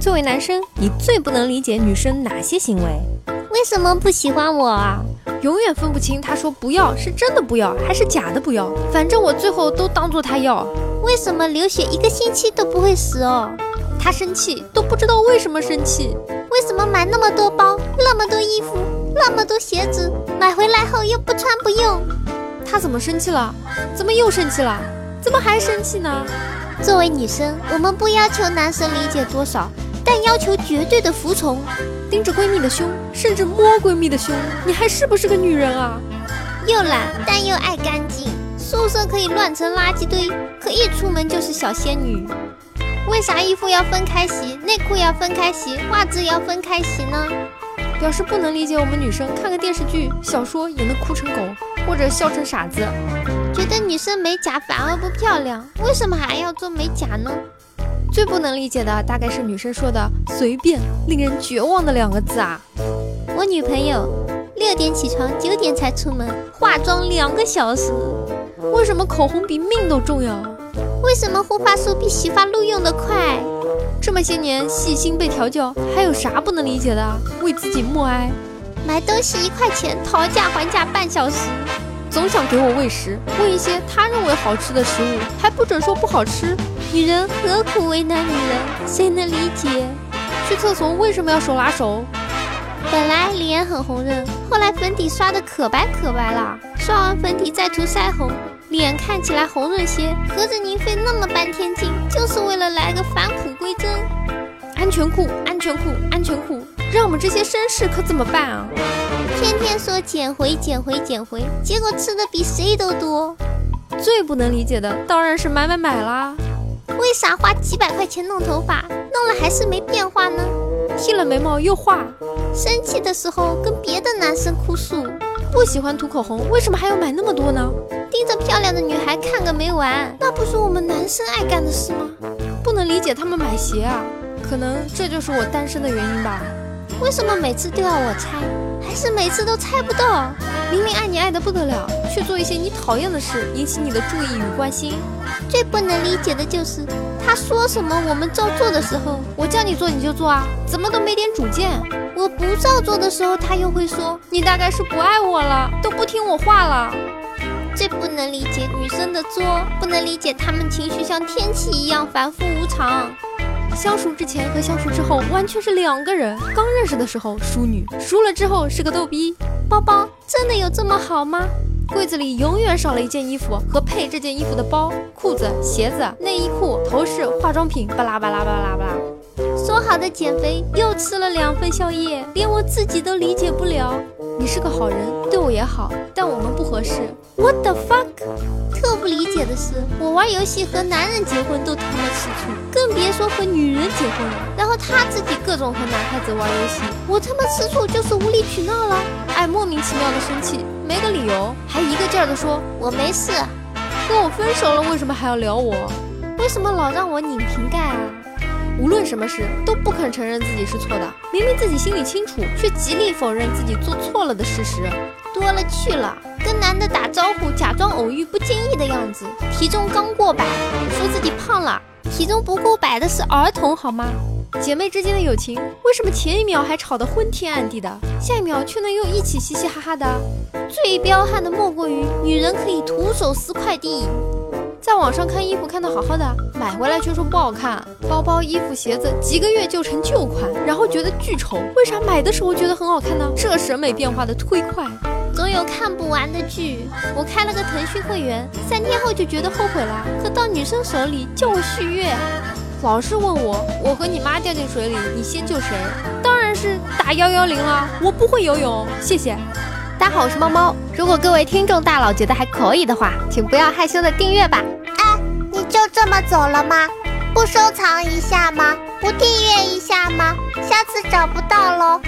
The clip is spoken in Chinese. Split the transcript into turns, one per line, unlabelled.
作为男生，你最不能理解女生哪些行为？
为什么不喜欢我啊？
永远分不清他说不要是真的不要，还是假的不要。反正我最后都当做他要。
为什么流血一个星期都不会死哦？
他生气都不知道为什么生气。
为什么买那么多包、那么多衣服、那么多鞋子，买回来后又不穿不用？
他怎么生气了？怎么又生气了？怎么还生气呢？
作为女生，我们不要求男生理解多少，但要求绝对的服从。
盯着闺蜜的胸，甚至摸闺蜜的胸，你还是不是个女人啊？
又懒但又爱干净，宿舍可以乱成垃圾堆，可一出门就是小仙女。为啥衣服要分开洗，内裤要分开洗，袜子要分开洗呢？
表示不能理解我们女生看个电视剧、小说也能哭成狗，或者笑成傻子。
觉得女生美甲反而不漂亮，为什么还要做美甲呢？
最不能理解的大概是女生说的“随便”，令人绝望的两个字啊！
我女朋友六点起床，九点才出门，化妆两个小时。
为什么口红比命都重要？
为什么护发素比洗发露用的快？
这么些年细心被调教，还有啥不能理解的？啊为自己默哀。
买东西一块钱，讨价还价半小时。
总想给我喂食，喂一些他认为好吃的食物，还不准说不好吃。
女人何苦为难女人？谁能理解？
去厕所为什么要手拉手？
本来脸很红润，后来粉底刷的可白可白啦。刷完粉底再涂腮红，脸看起来红润些。合着您费那么半天劲，就是为了来个返璞归真？
安全裤，安全裤，安全裤，让我们这些绅士可怎么办啊？
天天说减回减回减回，结果吃的比谁都多。
最不能理解的当然是买买买啦！
为啥花几百块钱弄头发，弄了还是没变化呢？
剃了眉毛又画，
生气的时候跟别的男生哭诉，
不喜欢涂口红，为什么还要买那么多呢？
盯着漂亮的女孩看个没完，那不是我们男生爱干的事吗？
不能理解他们买鞋啊，可能这就是我单身的原因吧。
为什么每次都要我猜？还是每次都猜不到，
明明爱你爱得不得了，却做一些你讨厌的事，引起你的注意与关心。
最不能理解的就是他说什么我们照做的时候，
我叫你做你就做啊，怎么都没点主见。
我不照做的时候，他又会说
你大概是不爱我了，都不听我话了。
最不能理解女生的作，不能理解她们情绪像天气一样反复无常。
相熟之前和相熟之后完全是两个人。刚认识的时候淑女，熟了之后是个逗逼。
包包真的有这么好吗？
柜子里永远少了一件衣服和配这件衣服的包、裤子、鞋子、内衣裤、头饰、化妆品，巴拉巴拉巴拉巴拉。
说好的减肥，又吃了两份宵夜，连我自己都理解不了。
你是个好人，对我也好，但我们不合适。What the fuck？
特不理解的是，我玩游戏和男人结婚都他妈吃醋，更别说和女人结婚了。然后他自己各种和男孩子玩游戏，我他妈吃醋就是无理取闹了。
哎，莫名其妙的生气，没个理由，还一个劲儿的说
我没事，
跟我分手了，为什么还要聊我？
为什么老让我拧瓶盖啊？
无论什么事都不肯承认自己是错的，明明自己心里清楚，却极力否认自己做错了的事实，
多了去了。跟男的打招呼，假装偶遇不经意的样子。体重刚过百，说自己胖了。体重不过百的是儿童，好吗？
姐妹之间的友情，为什么前一秒还吵得昏天暗地的，下一秒却能又一起嘻嘻哈哈的？
最彪悍的莫过于女人可以徒手撕快递。
在网上看衣服看的好好的，买回来却说不好看。包包、衣服、鞋子，几个月就成旧款，然后觉得巨丑。为啥买的时候觉得很好看呢？这审美变化的忒快。
总有看不完的剧，我开了个腾讯会员，三天后就觉得后悔了，可到女生手里叫我续约，
老是问我，我和你妈掉进水里，你先救谁？当然是打幺幺零了，我不会游泳，谢谢。
大家好，我是猫猫。如果各位听众大佬觉得还可以的话，请不要害羞的订阅吧。
哎，你就这么走了吗？不收藏一下吗？不订阅一下吗？下次找不到喽。